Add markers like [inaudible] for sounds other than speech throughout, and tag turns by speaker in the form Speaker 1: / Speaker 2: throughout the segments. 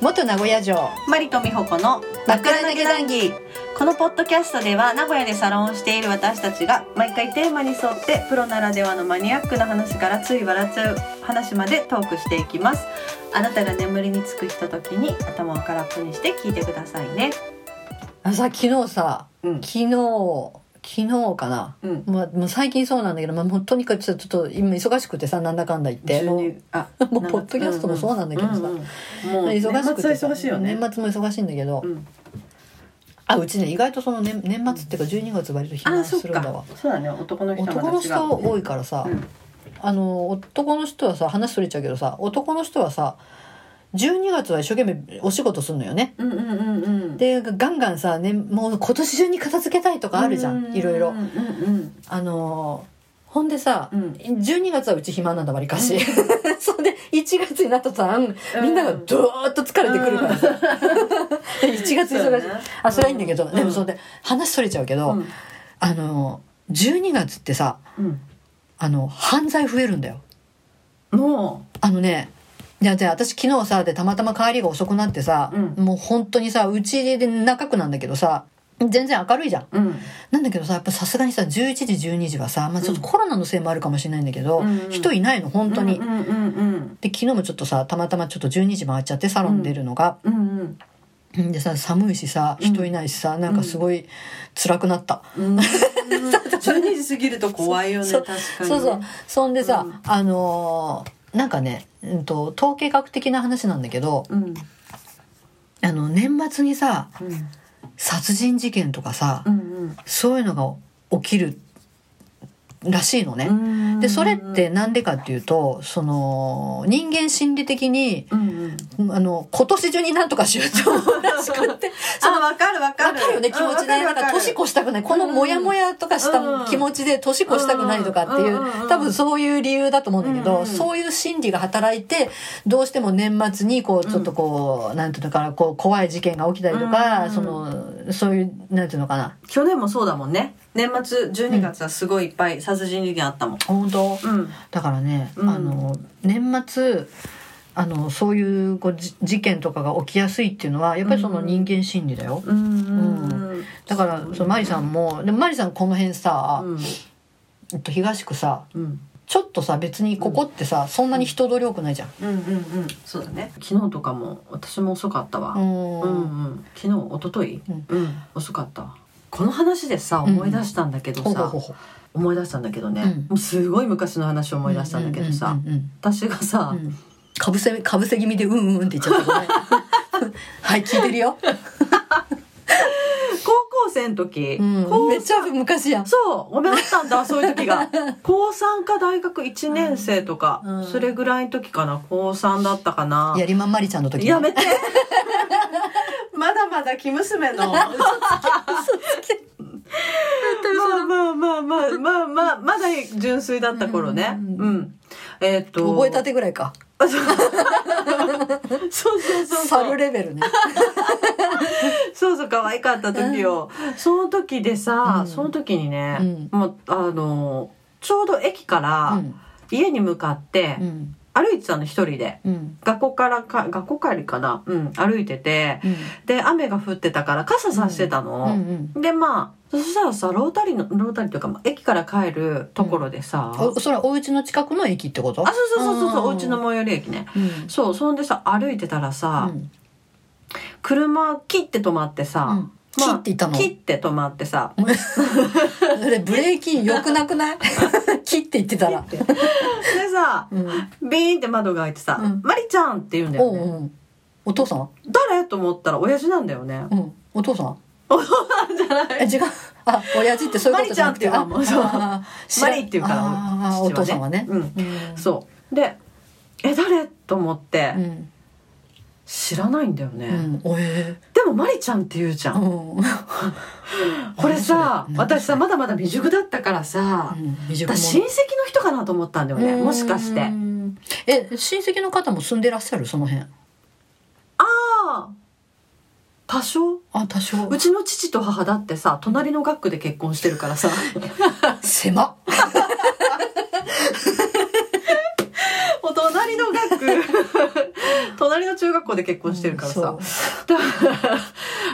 Speaker 1: 元名古屋城
Speaker 2: マリと美穂子の
Speaker 1: 枕投げ談義
Speaker 2: このポッドキャストでは名古屋でサロンをしている私たちが毎回テーマに沿ってプロならではのマニアックな話からつい笑っちゃう話までトークしていきますあなたが眠りにつくひとときに頭を空っぽにして聞いてくださいね
Speaker 1: あさ昨日さ
Speaker 2: うん
Speaker 1: 昨日昨日かな、
Speaker 2: うん
Speaker 1: まあ、もう最近そうなんだけど、まあ、もうとにかくちょっとちょっと今忙しくてさなんだかんだ言ってもう
Speaker 2: 12あ
Speaker 1: [laughs] もうポッドキャストもそうなんだけどさ
Speaker 2: うんうんも
Speaker 1: 忙
Speaker 2: う年末
Speaker 1: し
Speaker 2: は
Speaker 1: くてさ
Speaker 2: 忙しいよね
Speaker 1: 年末も忙しいんだけど、
Speaker 2: うん
Speaker 1: あうちね意外とその年年末っていうか12月割と
Speaker 2: あ
Speaker 1: 暇
Speaker 2: そっ
Speaker 1: するんだ
Speaker 2: か
Speaker 1: わ
Speaker 2: そうだね男の人はま
Speaker 1: 男
Speaker 2: だ違う
Speaker 1: の人多いからさ、
Speaker 2: うん
Speaker 1: あの男の人はさ話それちゃうけどさ男の人はさ12月は一生懸命お仕事するのよね
Speaker 2: うんうんうんうん
Speaker 1: でガンガンさ、ね、もう今年中に片付けたいとかあるじゃんいろいろ
Speaker 2: うんうん
Speaker 1: あのーほんでさ、
Speaker 2: うん
Speaker 1: 12月はうち暇なんだわりかし、 [laughs] そんで1月になった途端
Speaker 2: うん
Speaker 1: みんながドーッと疲れてくるからさ、1月
Speaker 2: そ
Speaker 1: 忙
Speaker 2: う
Speaker 1: [laughs]
Speaker 2: だ
Speaker 1: しい、
Speaker 2: ね
Speaker 1: あそれはいいんだけど、
Speaker 2: うん
Speaker 1: でもそれで話それちゃうけど、
Speaker 2: うん
Speaker 1: あのー12月ってさ
Speaker 2: うん
Speaker 1: あの犯罪増えるんだよ
Speaker 2: も
Speaker 1: あのねいやじゃあ私昨日さでたまたま帰りが遅くなってさ、
Speaker 2: う
Speaker 1: もう本当にさうちで中区なんだけどさ全然明るいじゃん
Speaker 2: う、うん、
Speaker 1: なんだけどさやっぱさすがにさ11時12時はさ、まあ、ちょっとコロナのせいもあるかもしれないんだけど、
Speaker 2: うんうん
Speaker 1: 人いないの本当に。
Speaker 2: うんうんうん
Speaker 1: で昨日もちょっとさたまたまちょっと12時回っちゃってサロン出るのが、
Speaker 2: うんうん
Speaker 1: んでさ寒いしさ人いないしさ、なんかすごい辛くなった、
Speaker 2: うん、12時過ぎると怖いよね
Speaker 1: そう
Speaker 2: 確かに
Speaker 1: そうそうそんでさ、
Speaker 2: うん
Speaker 1: あのーなんかね、うん、と統計学的な話なんだけど
Speaker 2: うん
Speaker 1: あの年末にさ
Speaker 2: うん
Speaker 1: 殺人事件とかさ、
Speaker 2: うん
Speaker 1: そういうのが起きるらしいのね。
Speaker 2: うん
Speaker 1: でそれってなんでかっていうとその人間心理的に
Speaker 2: うんうん
Speaker 1: あの今年中になんとかしようと思うらしくってそ
Speaker 2: あ
Speaker 1: の
Speaker 2: 分かる分か
Speaker 1: わ
Speaker 2: る
Speaker 1: かるよね気持ちでなんか年越したくないこのモヤモヤとかし
Speaker 2: うん
Speaker 1: た気持ちで年越したくないとかってい
Speaker 2: うんうん
Speaker 1: う多分そういう理由だと思うんだけ
Speaker 2: う
Speaker 1: ど
Speaker 2: ん
Speaker 1: そういう心理が働いてどうしても年末にこうちょっとこうなんていうのかなこう怖い事件が起きたりと
Speaker 2: う
Speaker 1: か
Speaker 2: ん
Speaker 1: そのそういうなんていうのかな
Speaker 2: 去年もそうだもんね年末12月はすごいいっぱい殺人事件あったもん
Speaker 1: 本当
Speaker 2: うん
Speaker 1: だからね、
Speaker 2: うん
Speaker 1: あの年末あのそういうこうじ事件とかが起きやすいっていうのはやっぱりその人間心理だよ、
Speaker 2: うんうん
Speaker 1: だからそのマリさんもでもマリさんこの辺さ、
Speaker 2: うん
Speaker 1: えっと東区さ
Speaker 2: うん
Speaker 1: ちょっとさ別にここってさ、そんなに人通り多くないじゃん。
Speaker 2: うんうんうんそうだね昨日とかも私も遅かったわ
Speaker 1: うん
Speaker 2: うんうん、昨日一昨日、
Speaker 1: うん
Speaker 2: うん、遅かったわこの話でさ
Speaker 1: うん
Speaker 2: 思い出したんだけど
Speaker 1: ほう
Speaker 2: さ、
Speaker 1: ほうほうほう
Speaker 2: 思い出したんだけどね、
Speaker 1: うん
Speaker 2: もうすごい昔の話を思い出したんだけどさ、
Speaker 1: うんうん
Speaker 2: 私がさ、
Speaker 1: うんうんうんかぶせかぶせ気味でうんうんって言っちゃったごめん [laughs] はい聞いてるよ、
Speaker 2: 高校生の時、
Speaker 1: うん
Speaker 2: 高
Speaker 1: めっちゃ昔やん
Speaker 2: そうごめんあったんだそういう時
Speaker 1: [laughs]
Speaker 2: が高3か大学1年生とか、
Speaker 1: うん
Speaker 2: それぐらいの時かな高3だったかな
Speaker 1: やりまんまりちゃんの時
Speaker 2: やめて [laughs] まだまだ生
Speaker 1: [laughs]
Speaker 2: 娘のまあまあまあまあまあまあまだ純粋だった頃ね
Speaker 1: うん
Speaker 2: うんえっと
Speaker 1: 覚えたてぐらいか
Speaker 2: そうそうそうそ
Speaker 1: 猿
Speaker 2: う
Speaker 1: レベルね
Speaker 2: そうそう可愛かった時をその時でさ
Speaker 1: うん
Speaker 2: その時にね
Speaker 1: うん
Speaker 2: もうあのちょうど駅か
Speaker 1: う
Speaker 2: ら
Speaker 1: ん
Speaker 2: 家に向かって
Speaker 1: うん
Speaker 2: 歩いてたの一人で
Speaker 1: うん
Speaker 2: 学校からか学校帰りかなうん歩いてて
Speaker 1: うん
Speaker 2: で雨が降ってたから傘さしてたの、
Speaker 1: うんうん
Speaker 2: でまあそしたらさロータリーのロータリーというかまあ駅から帰るところでさ、あそう
Speaker 1: おそれはお家の近くの駅ってこと
Speaker 2: そうそうそうそう
Speaker 1: あー
Speaker 2: お家の最寄り駅ね
Speaker 1: うん
Speaker 2: そうそんでさ歩いてたらさ、
Speaker 1: うん
Speaker 2: 車切って止まって
Speaker 1: う
Speaker 2: さ、
Speaker 1: ん切っていたの
Speaker 2: 切って止まってさ
Speaker 1: それブレーキ良くなくない切って言ってたら
Speaker 2: でさ
Speaker 1: うん
Speaker 2: ビーンって窓が開いてさ「
Speaker 1: うん
Speaker 2: マリちゃん!」って言うんだよ
Speaker 1: お
Speaker 2: ね
Speaker 1: うおうお父さん
Speaker 2: 誰と思ったら親父なんだよね
Speaker 1: うんお父さんえ違うあ親父ってそういうことじゃなくて
Speaker 2: マリちゃんっていうのはもうそう
Speaker 1: ああ知ら
Speaker 2: マリっていうから
Speaker 1: ああお
Speaker 2: 父
Speaker 1: 父さんはね
Speaker 2: うん、
Speaker 1: うん
Speaker 2: そうで「え誰?」と思って、
Speaker 1: うん
Speaker 2: 知らないんだよね、
Speaker 1: うんおえ
Speaker 2: でもマリちゃんって言うじゃん、
Speaker 1: うん
Speaker 2: これさ
Speaker 1: 何それ
Speaker 2: 私さまだまだ未熟だったからさ、
Speaker 1: 未熟
Speaker 2: 私親戚の人かなと思ったんだよね
Speaker 1: 者
Speaker 2: もしかして
Speaker 1: う
Speaker 2: あ
Speaker 1: んえ親戚の方も住んでらっしゃるその辺
Speaker 2: あ多少
Speaker 1: あ多少
Speaker 2: うちの父と母だってさ隣の学区で結婚してる
Speaker 1: [laughs]
Speaker 2: からさ
Speaker 1: 狭っ
Speaker 2: [laughs] お隣の学区隣隣の中学校で結婚してるからさ、
Speaker 1: うんそ
Speaker 2: だから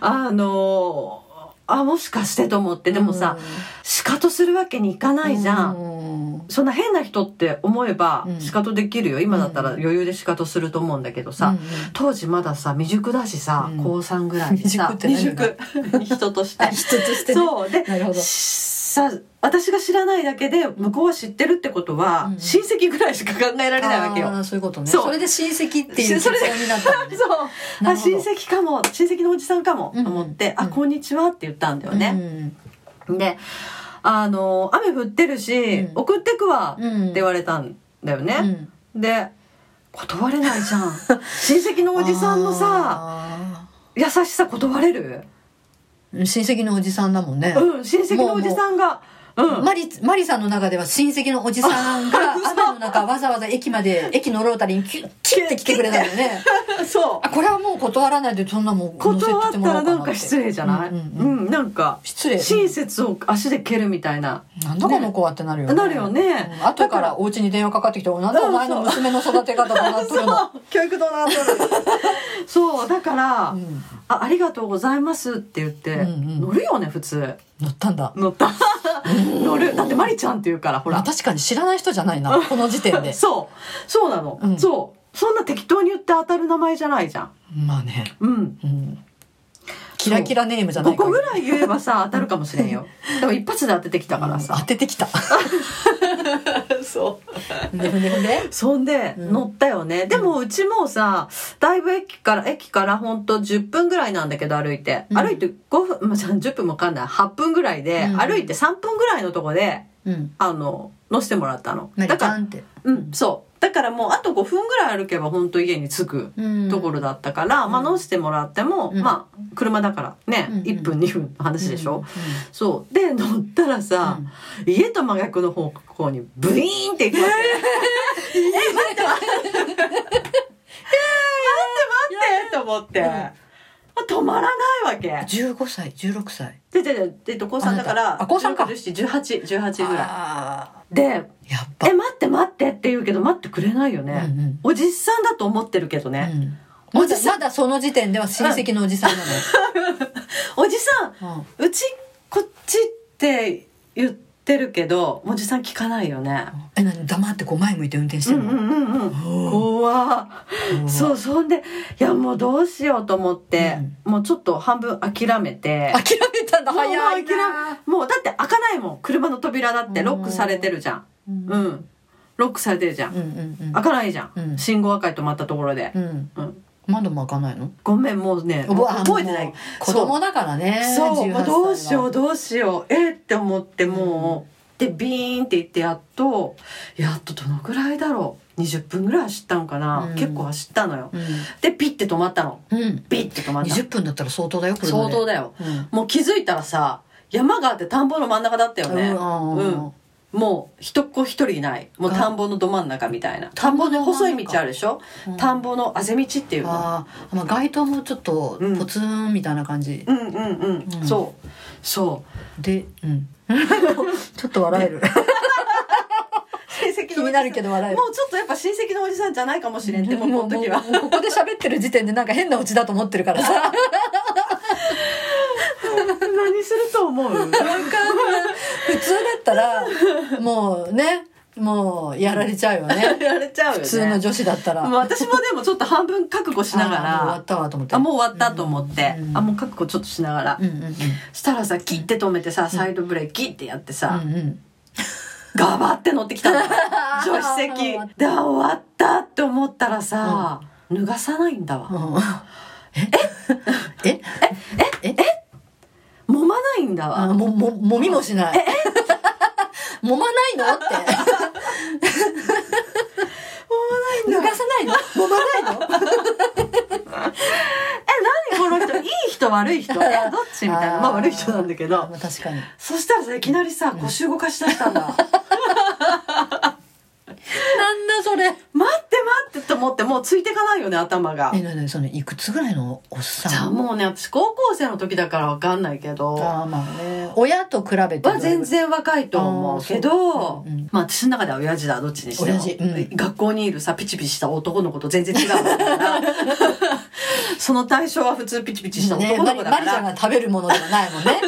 Speaker 2: あのあもしかしてと思って
Speaker 1: う
Speaker 2: でもさ、仕方するわけにいか
Speaker 1: うん
Speaker 2: ないじゃん、
Speaker 1: うん
Speaker 2: そんな変な人って思えば
Speaker 1: うん
Speaker 2: 仕方できるよ、今だったら余裕で仕方すると思うんだけどさ、
Speaker 1: うん
Speaker 2: 当時まださ未熟だしさ、
Speaker 1: うん
Speaker 2: 高3ぐらいでさ
Speaker 1: 未熟って
Speaker 2: 人とし
Speaker 1: あ [laughs]
Speaker 2: て
Speaker 1: 一つしてね
Speaker 2: そうで
Speaker 1: なるほど
Speaker 2: さ私が知らないだけで向こうは知ってるってことは、
Speaker 1: うん
Speaker 2: 親戚ぐらいしか考えられないわけよ。
Speaker 1: あーそういうことね
Speaker 2: そう
Speaker 1: それで親戚っていう結
Speaker 2: それで
Speaker 1: 論になったのね
Speaker 2: [laughs] そう
Speaker 1: な
Speaker 2: あ
Speaker 1: るほど
Speaker 2: 親戚かも親戚のおじさんかも
Speaker 1: うん
Speaker 2: と思って「あ
Speaker 1: うん
Speaker 2: こんにちは」って言ったんだよね。
Speaker 1: ね
Speaker 2: であの「雨降ってるし、
Speaker 1: うん
Speaker 2: 送ってくわ」
Speaker 1: うん
Speaker 2: って言われたんだよ
Speaker 1: う
Speaker 2: ね。
Speaker 1: ん
Speaker 2: で断れないじゃん親戚のおじさんのさ
Speaker 1: あ
Speaker 2: 優しさ断れる
Speaker 1: ー親戚のおじさんだもんね
Speaker 2: うん親戚のおじさんがうん
Speaker 1: マリマリさんの中では親戚のおじさんが雨の中わざわざ駅まで駅のロータリーにキュッキュッて来てくれたのね [laughs]
Speaker 2: そう
Speaker 1: あこれはもう断らないでそんなもん乗せて
Speaker 2: 断っ
Speaker 1: って
Speaker 2: た
Speaker 1: もらお
Speaker 2: ら
Speaker 1: うかなっ
Speaker 2: なん
Speaker 1: て
Speaker 2: か失礼じゃない、
Speaker 1: う
Speaker 2: うんん
Speaker 1: うんうん
Speaker 2: なんか
Speaker 1: 失礼
Speaker 2: 親切を足で蹴るみたいな、
Speaker 1: なんだこの子はってなるよね
Speaker 2: なるよね
Speaker 1: うん後からお家に電話かかってきて「なんでお前の娘の育て方だなっとるの」
Speaker 2: 教育どう
Speaker 1: [laughs]
Speaker 2: なってるそうだから、
Speaker 1: うん
Speaker 2: あ「ありがとうございます」って言って、
Speaker 1: うんうん
Speaker 2: 乗るよね普通
Speaker 1: 乗ったんだ
Speaker 2: 乗った乗るだってマリちゃんって言うからほ
Speaker 1: ほら
Speaker 2: ら
Speaker 1: 確かに知らない人じゃないなこの時点で
Speaker 2: そうそうなの、
Speaker 1: うん
Speaker 2: そうそんな適当に言って当たる名前じゃないじゃん
Speaker 1: まあね
Speaker 2: うん
Speaker 1: うんキラキラネームじゃない
Speaker 2: 5個ぐ
Speaker 1: い
Speaker 2: らい言え
Speaker 1: [laughs]
Speaker 2: ばさ当たるかもしれんよでも一発で当ててきたから
Speaker 1: 当
Speaker 2: さ、
Speaker 1: ててきた
Speaker 2: そう
Speaker 1: でほんでほんで
Speaker 2: そんで
Speaker 1: うん
Speaker 2: 乗ったよね、でもうちもさだいぶ駅から駅からほんと10分ぐらいなんだけど歩いて、
Speaker 1: うん
Speaker 2: 歩いて5分、まあ、10分もかんない8分ぐらいで、
Speaker 1: うん
Speaker 2: 歩いて3分ぐらいのとこで
Speaker 1: うん
Speaker 2: あの乗せてもらったの
Speaker 1: 何
Speaker 2: だ
Speaker 1: だ
Speaker 2: か
Speaker 1: からんって
Speaker 2: うんそうだからもうあと5分ぐらい歩けばほんと家に着くところだったから、
Speaker 1: うん
Speaker 2: まあ乗せてもらっても、
Speaker 1: うん
Speaker 2: まあ車だからね、
Speaker 1: うん
Speaker 2: 1分2分の話でしょ、
Speaker 1: う
Speaker 2: そうで乗ったら
Speaker 1: ん
Speaker 2: さ、家と真逆の方向にブイーンって行くわけ。えと思って、
Speaker 1: うん
Speaker 2: あ止まらないわけ
Speaker 1: 15歳16歳
Speaker 2: ででででえっと高3
Speaker 1: あ
Speaker 2: だか
Speaker 1: なた
Speaker 2: ら
Speaker 1: あ高三か
Speaker 2: 1718ぐら
Speaker 1: あ
Speaker 2: いで
Speaker 1: ーやっ
Speaker 2: 「
Speaker 1: ぱ
Speaker 2: え待って待って」って言うけど待ってくれないよね、
Speaker 1: うんうん
Speaker 2: おじさんだと思ってるけどね、
Speaker 1: うん
Speaker 2: お
Speaker 1: ま
Speaker 2: じ
Speaker 1: だ
Speaker 2: さ
Speaker 1: まだその時点では親戚のおじさんなのよ [laughs]
Speaker 2: おじさん
Speaker 1: う
Speaker 2: うちこっちって言ってるけどおじさん聞かないよね
Speaker 1: んえ何黙ってこう前向いて運転し
Speaker 2: う
Speaker 1: て
Speaker 2: ん
Speaker 1: る
Speaker 2: う
Speaker 1: の
Speaker 2: んうんう
Speaker 1: お
Speaker 2: ん
Speaker 1: ー
Speaker 2: 怖っそううそんでいやもうどうしようと思って、もうちょっと半分諦めて
Speaker 1: 諦めたんだ
Speaker 2: もう
Speaker 1: 早いな
Speaker 2: 諦めもうだって開かないもん車の扉だってロックされてるじゃん
Speaker 1: う
Speaker 2: うんんロックされてるじゃ
Speaker 1: う
Speaker 2: ん
Speaker 1: んうんうん
Speaker 2: 開かないじゃん、
Speaker 1: うん
Speaker 2: 信号赤い止まったところで、
Speaker 1: うん
Speaker 2: うん、
Speaker 1: 窓も開かないの
Speaker 2: ごめんもうね
Speaker 1: うわ
Speaker 2: 覚えてない
Speaker 1: もう子供だからね
Speaker 2: そ
Speaker 1: 18
Speaker 2: うもうどう
Speaker 1: 歳
Speaker 2: しよう
Speaker 1: は
Speaker 2: どうしようえーって思ってもう、でビーンって言ってやっとやっとどのくらいだろう20分ぐらい走ったのかな、
Speaker 1: うん
Speaker 2: 結構走ったのよでピッて止まったの
Speaker 1: うん、うん、
Speaker 2: ピッて止まったの
Speaker 1: 20分だったら相当だよ車
Speaker 2: 相
Speaker 1: で
Speaker 2: 当だよ
Speaker 1: うん
Speaker 2: もう気づいたらさ山があって田んぼの真ん中だったよね、うんもう一子一人いないもう田んぼのど真ん中みたいな田んぼの細い道あるでしょ、田ん
Speaker 1: ぼ
Speaker 2: ぼのあぜ道っていうの
Speaker 1: あー、まあ、街灯もちょっとポツンみたいな感じ、
Speaker 2: うんうんうん、
Speaker 1: うん
Speaker 2: そうそう
Speaker 1: で、 [laughs] うん、ちょっと笑える
Speaker 2: 親戚
Speaker 1: 気になるけど笑える
Speaker 2: もうちょっとやっぱ親戚のおじさんじゃないかもしれんでも
Speaker 1: も
Speaker 2: こ
Speaker 1: う
Speaker 2: の時は
Speaker 1: もうもうここで喋ってる時点でなんか変なオチだと思ってる [laughs] からさ
Speaker 2: 何すると思う
Speaker 1: 普通だったらもうねもうやられちゃうよね
Speaker 2: [laughs] やれちゃうよね
Speaker 1: 普通の女子だったら
Speaker 2: もう私もでもちょっと半分覚悟しなが
Speaker 1: あーもう終わ
Speaker 2: ら
Speaker 1: ったわと思って
Speaker 2: あもう終わったと思って、
Speaker 1: うん
Speaker 2: あもう覚悟ちょっとしながら、
Speaker 1: うんうんうん
Speaker 2: したらさキッて止めてさサイドブレーキってやってさ、
Speaker 1: うんうん
Speaker 2: ガバって乗ってきた [laughs] の助手席であ終わったって思ったらさ、脱がさないんだわ
Speaker 1: うんええ
Speaker 2: 揉まないんだ
Speaker 1: あ
Speaker 2: わ
Speaker 1: もももみもしない揉まないのって
Speaker 2: 揉まない
Speaker 1: 脱
Speaker 2: んだ
Speaker 1: がさないの揉まないの
Speaker 2: え何この人いい人悪い人えどっちみたいな [laughs] まあ
Speaker 1: あー
Speaker 2: 悪い人なんだけど
Speaker 1: まあ確かに
Speaker 2: そしたらさいきなりさ腰動かしだしたんだ
Speaker 1: なんだそれ
Speaker 2: 待って待ってと思ってもうついてかないよね頭が
Speaker 1: え、なにそのいくつぐらいのおっ
Speaker 2: じゃ
Speaker 1: さ
Speaker 2: あ
Speaker 1: ん。
Speaker 2: もうね私高校生の時だからわかんないけどは
Speaker 1: あーまあね。親と比べて。
Speaker 2: 全。然若いと思うけど
Speaker 1: あーそううんうん
Speaker 2: まあ私の中では親父だどっちにして
Speaker 1: 親
Speaker 2: も
Speaker 1: 父うん
Speaker 2: 学校にいるさピチピチした男の子と全然違うから
Speaker 1: [laughs]
Speaker 2: その対象は普通ピチピチした
Speaker 1: ね、マ
Speaker 2: 男の
Speaker 1: リマ
Speaker 2: 子だ
Speaker 1: リ
Speaker 2: か
Speaker 1: ちゃん
Speaker 2: ら
Speaker 1: が食べるものではないもんね。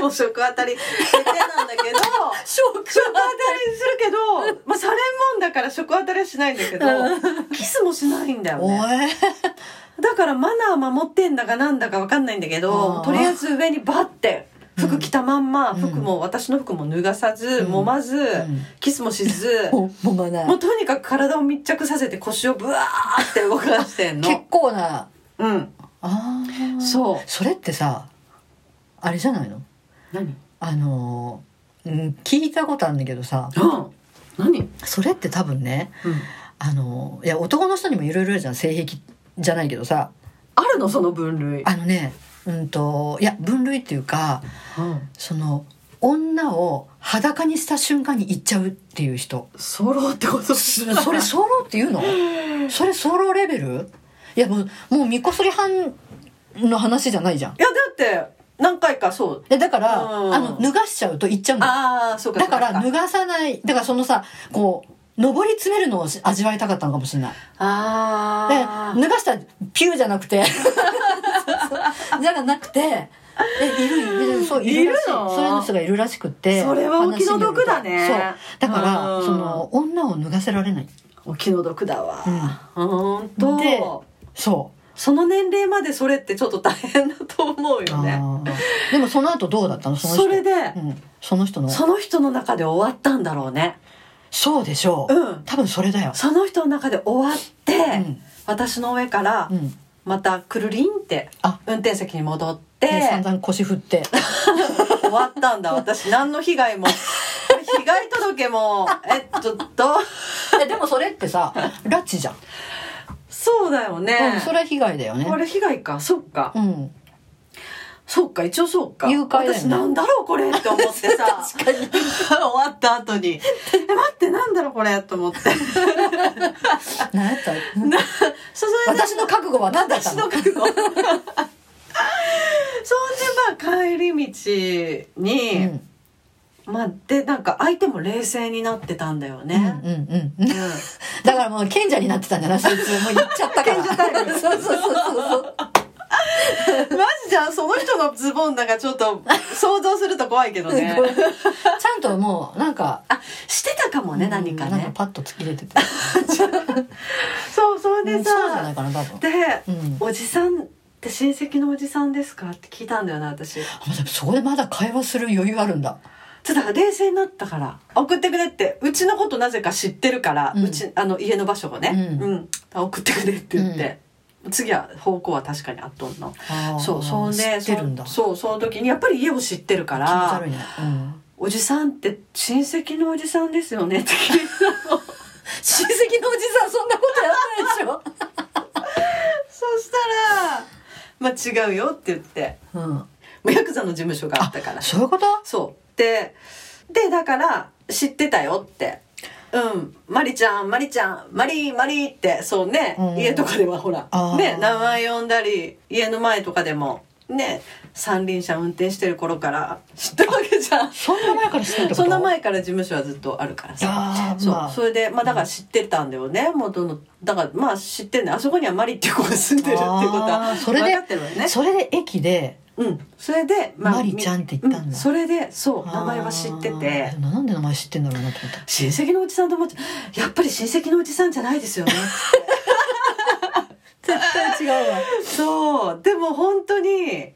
Speaker 2: もう食あたり下手なん
Speaker 1: [laughs]
Speaker 2: だけど
Speaker 1: 食
Speaker 2: 食あたりするけど、まあ、されんもんだから食あたりはしないんだけどキスもしないんだよ
Speaker 1: お
Speaker 2: ね
Speaker 1: え。
Speaker 2: だからマナー守ってんだかなんだかわかんないんだけ
Speaker 1: あー
Speaker 2: どとりあえず上にバッて服着たまんま、
Speaker 1: うん
Speaker 2: 服も私の服も脱がさず、
Speaker 1: うん
Speaker 2: 揉まず、
Speaker 1: ん
Speaker 2: キスもし
Speaker 1: [laughs]
Speaker 2: ず、
Speaker 1: もう、もうな
Speaker 2: も。
Speaker 1: いう
Speaker 2: とにかく体を密着させて腰をブワーって動かしてん
Speaker 1: 結
Speaker 2: の。
Speaker 1: 構な。
Speaker 2: うん。
Speaker 1: ああ。
Speaker 2: そう。
Speaker 1: それってさ。あれじゃないの。
Speaker 2: 何
Speaker 1: あのー。うん、聞いたことあるんだけどさ。
Speaker 2: うん。何
Speaker 1: それって多分ね。あのー、いや、男の人にもいろいろあるじゃん、性癖。じゃないけどさ。
Speaker 2: あるのその分類。
Speaker 1: あのね。うんと、いや、分類っていうか。
Speaker 2: うん
Speaker 1: その。女を裸にした瞬間に行っちゃうっていう人。
Speaker 2: ソロってこと
Speaker 1: [laughs] それソロって言うのそれソロレベルいやもうもうみこすり班の話じゃないじゃん
Speaker 2: いやだって何回かそう
Speaker 1: えだから、
Speaker 2: うん
Speaker 1: あの脱がしちゃうと言っちゃうの
Speaker 2: ああそうか
Speaker 1: だから
Speaker 2: そう
Speaker 1: 脱がさないだからそのさこう上り詰めるのを味わいたかったのかもしれないで
Speaker 2: ああ
Speaker 1: 脱がしたらピューじゃなくて [laughs] じゃなくてえいるいるそういるらしい
Speaker 2: いるの
Speaker 1: そういう人がいるらしくって
Speaker 2: それはお気の毒だね
Speaker 1: 話によるとそうだから、
Speaker 2: うん
Speaker 1: その女を脱がせられない
Speaker 2: お気の毒だわ
Speaker 1: う
Speaker 2: ほん
Speaker 1: で
Speaker 2: と
Speaker 1: そう
Speaker 2: その年齢までそれってちょっと大変だと思うよね
Speaker 1: あーでもその後どうだったのその人
Speaker 2: それで
Speaker 1: うん、その人のそ
Speaker 2: その人の中で終わったんだろうね
Speaker 1: うでしょう、
Speaker 2: うん
Speaker 1: 多分それだよ、
Speaker 2: その人の中で終わって
Speaker 1: うん
Speaker 2: 私の上から
Speaker 1: うん、
Speaker 2: またくるりんって
Speaker 1: あ
Speaker 2: 運転席に戻っ
Speaker 1: で散
Speaker 2: て
Speaker 1: 々腰振っ
Speaker 2: [laughs]
Speaker 1: て
Speaker 2: 終わったんだ私何の被害
Speaker 1: [laughs]
Speaker 2: も被害届もえちょっと
Speaker 1: えでもそれってさ拉致じゃん、
Speaker 2: そうだよね、
Speaker 1: うん、それは被害だよね
Speaker 2: これ被害かそっか、
Speaker 1: うん
Speaker 2: そっか一応そうか
Speaker 1: 誘拐だよね
Speaker 2: 私なんだろうこれって思ってさ
Speaker 1: [laughs] 確かに
Speaker 2: 終わった後に「え待ってなんだろうこれ」
Speaker 1: [laughs]
Speaker 2: と思って
Speaker 1: 何やった
Speaker 2: そそれで
Speaker 1: 私の覚悟は何だった
Speaker 2: 私の
Speaker 1: の
Speaker 2: 覚悟そんでまあ帰り道
Speaker 1: うん
Speaker 2: に、まあでなんか相手も冷静になってたんだよ
Speaker 1: うん
Speaker 2: ね、
Speaker 1: うんうん
Speaker 2: うん
Speaker 1: だからもう賢者になってたんじゃないそいつもう言っちゃったから
Speaker 2: 賢者タイプ
Speaker 1: そうそうそうそう
Speaker 2: マジじゃんその人のズボンなんかちょっと想像すると怖いけどね
Speaker 1: ちゃんともうなんか
Speaker 2: あしてたかもね何か
Speaker 1: うんなんか
Speaker 2: ね
Speaker 1: パッと突き出てた
Speaker 2: そうそれ
Speaker 1: うん
Speaker 2: で
Speaker 1: そうじゃない
Speaker 2: さ
Speaker 1: かな多分
Speaker 2: で、
Speaker 1: うん
Speaker 2: おじさんって親戚のおじさんですかって聞いたんだよな私ちょ
Speaker 1: あでもそこでまだ会話する余裕あるんだ
Speaker 2: っとだから冷静になったから送ってくれってうちのことなぜか知ってるから、
Speaker 1: う
Speaker 2: うんちあの家の場所をね、
Speaker 1: う
Speaker 2: うん送ってくれって言って、次は方向は確かにあっとんのそうそんで
Speaker 1: 知ってるんだ
Speaker 2: そそうその時にやっぱり家を知ってるか
Speaker 1: 気持ち
Speaker 2: ら
Speaker 1: 悪いね、
Speaker 2: 「おじさんって親戚のおじさんですよね」って聞い
Speaker 1: [laughs] 親戚
Speaker 2: て
Speaker 1: のおじさんそんなことやらないでしょ、
Speaker 2: [laughs] そしたら「まあ違うよ」って言って
Speaker 1: うん、
Speaker 2: もうヤクザの事務所があったから
Speaker 1: そういうこと
Speaker 2: そうででだから知ってたよってうんマリちゃんマリちゃんマリーマリーってそうね、
Speaker 1: うん
Speaker 2: 家とかではほら
Speaker 1: あー
Speaker 2: ね名前呼んだり家の前とかでもね三輪車運転してる頃から知ってるわけじゃん
Speaker 1: そんな前から知ってるってこと
Speaker 2: そんな前から事務所はずっとあるからさ
Speaker 1: あー
Speaker 2: そう、
Speaker 1: まあ
Speaker 2: それでまあだから知ってたんだよねもうどのだからまあ知ってんねあそこにはマリっていう子が住んでるっていうこと
Speaker 1: あー
Speaker 2: は
Speaker 1: それで
Speaker 2: 分かってるわよね
Speaker 1: それで駅で
Speaker 2: うんそれで、まあ、
Speaker 1: マリちゃんって言ったんだ
Speaker 2: うそれでそう
Speaker 1: あー
Speaker 2: 名前は知ってて
Speaker 1: なんで名前知ってんだろうなと思った
Speaker 2: 親戚のおじさんと思ってやっぱり親戚のおじさんじゃないです
Speaker 1: [laughs]
Speaker 2: よね
Speaker 1: 絶対違うわ
Speaker 2: そうでも本当に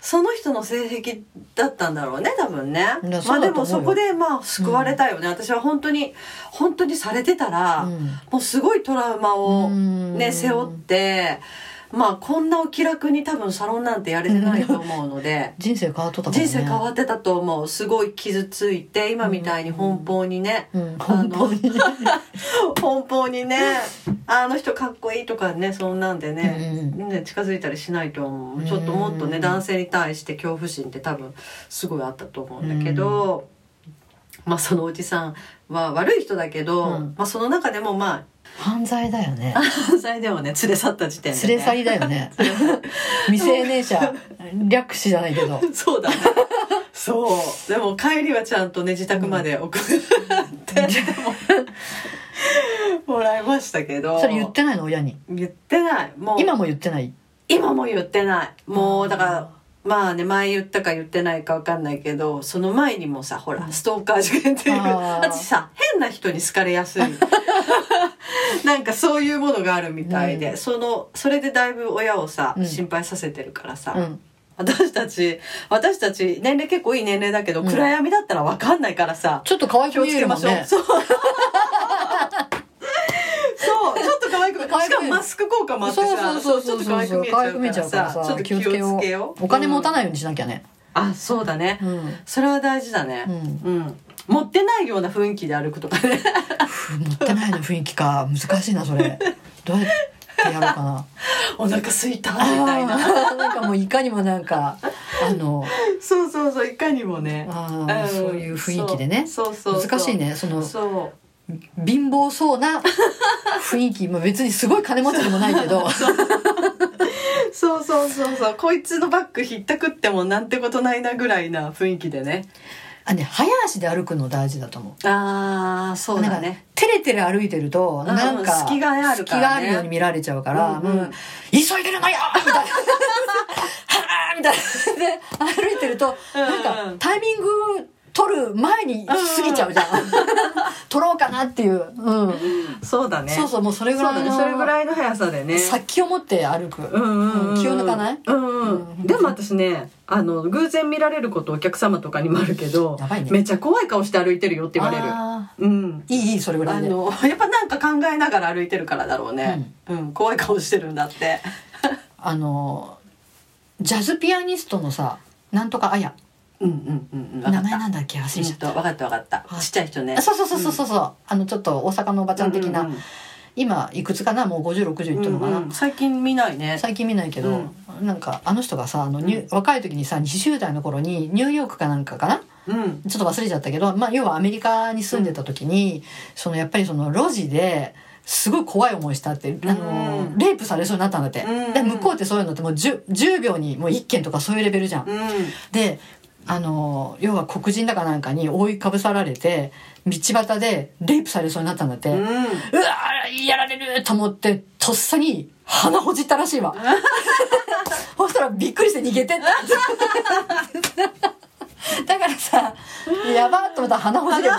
Speaker 2: その人の性癖だったんだろうね多分ね
Speaker 1: いや
Speaker 2: ま
Speaker 1: そう
Speaker 2: あ
Speaker 1: だ
Speaker 2: で
Speaker 1: と思うよ、
Speaker 2: もそこでまあ救われたよね、私は本当に本当にされてたら、もうすごいトラウマをね、背負って、まあこんなお気楽に多分サロンなんてやれてないと思うので
Speaker 1: 人生変わっとったから、ね、
Speaker 2: 人生変わってたと思う。すごい傷ついて、今みたいに奔放にね、
Speaker 1: うん本当に
Speaker 2: [laughs] 奔放にね、あの人かっこいいとかね、そんなんでね、ね、近づいたりしないと思う。ちょっともっと
Speaker 1: う
Speaker 2: ね、
Speaker 1: ん
Speaker 2: 男性に対して恐怖心って多分すごいあったと思うんだけど、まあ、そのおじさんは悪い人だけど、
Speaker 1: うん
Speaker 2: まあ、その中でもまあ [laughs]
Speaker 1: 犯罪だよね
Speaker 2: 犯罪でもね連れ去った時点で、ね、
Speaker 1: 連れ去りだよね未成年者略視じゃないけど
Speaker 2: [laughs] そうだねそうでも帰りはちゃんとね自宅まで送って、 [laughs] もらいましたけど
Speaker 1: それ言ってないの親に
Speaker 2: 言ってないもう
Speaker 1: 今も言ってない
Speaker 2: 今も言ってないもうだからまあね前言ったか言ってないかわかんないけどその前にもさほらストーカー事件っていう
Speaker 1: あー
Speaker 2: 私さ変な人に好かれや [laughs] すいなんかそういうものがあるみたいで、そのそれでだいぶ親をさ、
Speaker 1: うん
Speaker 2: 心配させてるからさ、
Speaker 1: うん
Speaker 2: 私たち私たち年齢結構いい年齢だけど、
Speaker 1: うん
Speaker 2: 暗闇だったらわかんないからさ
Speaker 1: ちょっと可愛
Speaker 2: 気
Speaker 1: く
Speaker 2: を
Speaker 1: 見え
Speaker 2: つけ
Speaker 1: る
Speaker 2: ま
Speaker 1: も
Speaker 2: し
Speaker 1: ん
Speaker 2: ょう、
Speaker 1: ね
Speaker 2: そうそうちょっと可愛く
Speaker 1: 可愛
Speaker 2: し
Speaker 1: く
Speaker 2: かもマスク効果もあってさ
Speaker 1: そうそう
Speaker 2: ち
Speaker 1: そ
Speaker 2: ょ
Speaker 1: う
Speaker 2: っ
Speaker 1: そうそう
Speaker 2: と可愛く見え
Speaker 1: 可愛く見え
Speaker 2: ち
Speaker 1: ち
Speaker 2: ゃ
Speaker 1: ゃ
Speaker 2: う
Speaker 1: う
Speaker 2: か
Speaker 1: からら
Speaker 2: さ
Speaker 1: さ
Speaker 2: ちょっと気
Speaker 1: 気
Speaker 2: を
Speaker 1: を
Speaker 2: つ
Speaker 1: つ
Speaker 2: け
Speaker 1: け
Speaker 2: よ
Speaker 1: よ
Speaker 2: う
Speaker 1: うお金持た
Speaker 2: い、
Speaker 1: ないようにしなきゃね
Speaker 2: うんあそうだね、
Speaker 1: うん
Speaker 2: それは大事だね
Speaker 1: うん
Speaker 2: うん、持ってないような雰囲気で歩くとかね [laughs]
Speaker 1: ふ持ってないの雰囲気か難しいなそれどうやってやろうかな
Speaker 2: お腹すいたみ
Speaker 1: あー
Speaker 2: たいな
Speaker 1: なんかもういかにもなんかあの
Speaker 2: そうそうそういかにもね
Speaker 1: あー
Speaker 2: ん
Speaker 1: そういう雰囲気でね
Speaker 2: そうそうそう
Speaker 1: 難しいねその
Speaker 2: そう
Speaker 1: 貧乏そうな雰囲気、まあ、別にすごい金持ちでもないけど
Speaker 2: そうそうそうそうこいつのバッグひったくってもなんてことないなぐらいな雰囲気でね
Speaker 1: あ、ね、早足で歩くの大事だと思う。
Speaker 2: ああそ
Speaker 1: なんかテレテレ歩いてると
Speaker 2: ん
Speaker 1: なんか
Speaker 2: 隙があるからね
Speaker 1: 隙があるように見られちゃうから、
Speaker 2: うんうん
Speaker 1: もう急いでるのよみたいなはあみたいなで歩いてると、
Speaker 2: うん
Speaker 1: な
Speaker 2: うんん
Speaker 1: かタイミング取る前に過ぎちゃうじゃん、取ろうかなっていう、うん
Speaker 2: そうだね
Speaker 1: そうそうもうそれぐ
Speaker 2: そう
Speaker 1: ら
Speaker 2: だ
Speaker 1: い
Speaker 2: ね
Speaker 1: の
Speaker 2: それぐらいの速さでね
Speaker 1: 先を持って歩く、
Speaker 2: うんうんうん
Speaker 1: 気を抜かない
Speaker 2: うんうん、
Speaker 1: うん
Speaker 2: でも私ねあの偶然見られることお客様とかにもあるけど
Speaker 1: やばいね
Speaker 2: めっちゃ怖い顔して歩いてるよって言われる
Speaker 1: あ
Speaker 2: うん
Speaker 1: ーいいいいそれぐら
Speaker 2: あ
Speaker 1: いで。
Speaker 2: のやっぱなんか考えながら歩いてるからだろうね、うん怖い顔してるんだって
Speaker 1: あのジャズピアニストのさなんとかあや
Speaker 2: うんうんうんうんわ
Speaker 1: 名
Speaker 2: かっ
Speaker 1: 前
Speaker 2: た
Speaker 1: なんだっけ忘れちゃっ
Speaker 2: うんと分かった分かった
Speaker 1: はい
Speaker 2: ちっちゃい人ね
Speaker 1: た。そうそうそうそうそうそう、あのちょっと大阪のおばちゃん的な、
Speaker 2: うんうん
Speaker 1: 今いくつかなもう5060いってるのかな、
Speaker 2: うんうん最近見ないね
Speaker 1: 最近見ないけど、なんかあの人がさあの、ニュ
Speaker 2: うん
Speaker 1: 若い時にさ20代の頃にニューヨークかなんかかな
Speaker 2: うん
Speaker 1: ちょっと忘れちゃったけど、まあ、要はアメリカに住んでた時に、そのやっぱりその路地ですごい怖い思いしたってあの、
Speaker 2: うん
Speaker 1: レイプされそうになったんだって、
Speaker 2: うん
Speaker 1: で向こうってそういうのってもう 10, 10秒にもう1件とかそういうレベルじゃん
Speaker 2: う、ん
Speaker 1: であの要は黒人だかなんかに覆いかぶさられて道端でレイプされそうになったんだって、うわ
Speaker 2: うん
Speaker 1: ーやられると思ってとっさに鼻ほじったらしい
Speaker 2: [laughs]
Speaker 1: わそしたらびっくりして逃げてっただからさやばーと思ったら鼻ほじる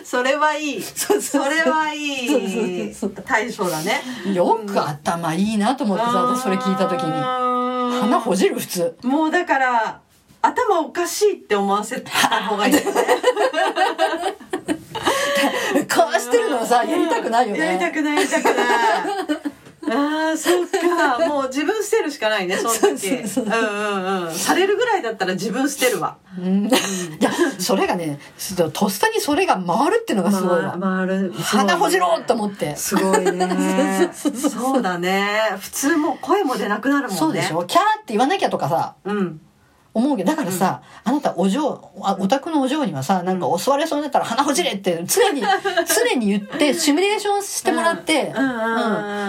Speaker 2: [laughs] それはいい
Speaker 1: そう
Speaker 2: そ
Speaker 1: そう
Speaker 2: れはいい
Speaker 1: そうそうそう
Speaker 2: 対処だね
Speaker 1: よく頭いいなと思ってさ私それ聞いた時に鼻
Speaker 2: 鼻
Speaker 1: ほじる普通
Speaker 2: もうだから頭おかしいって思わせた方がいいよ
Speaker 1: [laughs]
Speaker 2: ね
Speaker 1: かわしてるのはさやりたくないよね
Speaker 2: やりたくないやりたくないあーそうかもう自分捨てるしかないねその時
Speaker 1: そうそう
Speaker 2: うんうんうんされるぐらいだったら自分捨てるわ
Speaker 1: うんいやそれがねちょっととっさにそれが回るってのがすごいわ、
Speaker 2: 回る
Speaker 1: 鼻ほじろうと思って
Speaker 2: すごいね [laughs] そうだね普通もう声も出なくなるもんね
Speaker 1: そうでしょキャーって言わなきゃとかさ
Speaker 2: うん
Speaker 1: 思うけどだからさ、あなたお嬢あお宅のお嬢にはさなんか襲われそうになったら鼻ほじれって常に常に言ってシミュレーションしてもらって、
Speaker 2: うんう
Speaker 1: う
Speaker 2: ん
Speaker 1: ん
Speaker 2: う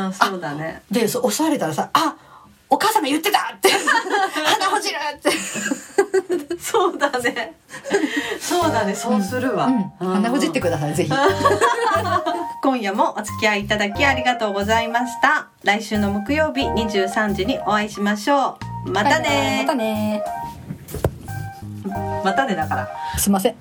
Speaker 2: んうんそうだね
Speaker 1: でそ襲われたらさ「あお母さんが言ってた!」って [laughs] 鼻ほじるって、
Speaker 2: そうだね。そうだね、そうするわ。
Speaker 1: うん、鼻ほじってくださいぜひ。
Speaker 2: 今夜もお付き合いいただきありがとうございました。来週の木曜日23時にお会いしましょう。またね
Speaker 1: またね
Speaker 2: またねだから。
Speaker 1: すいません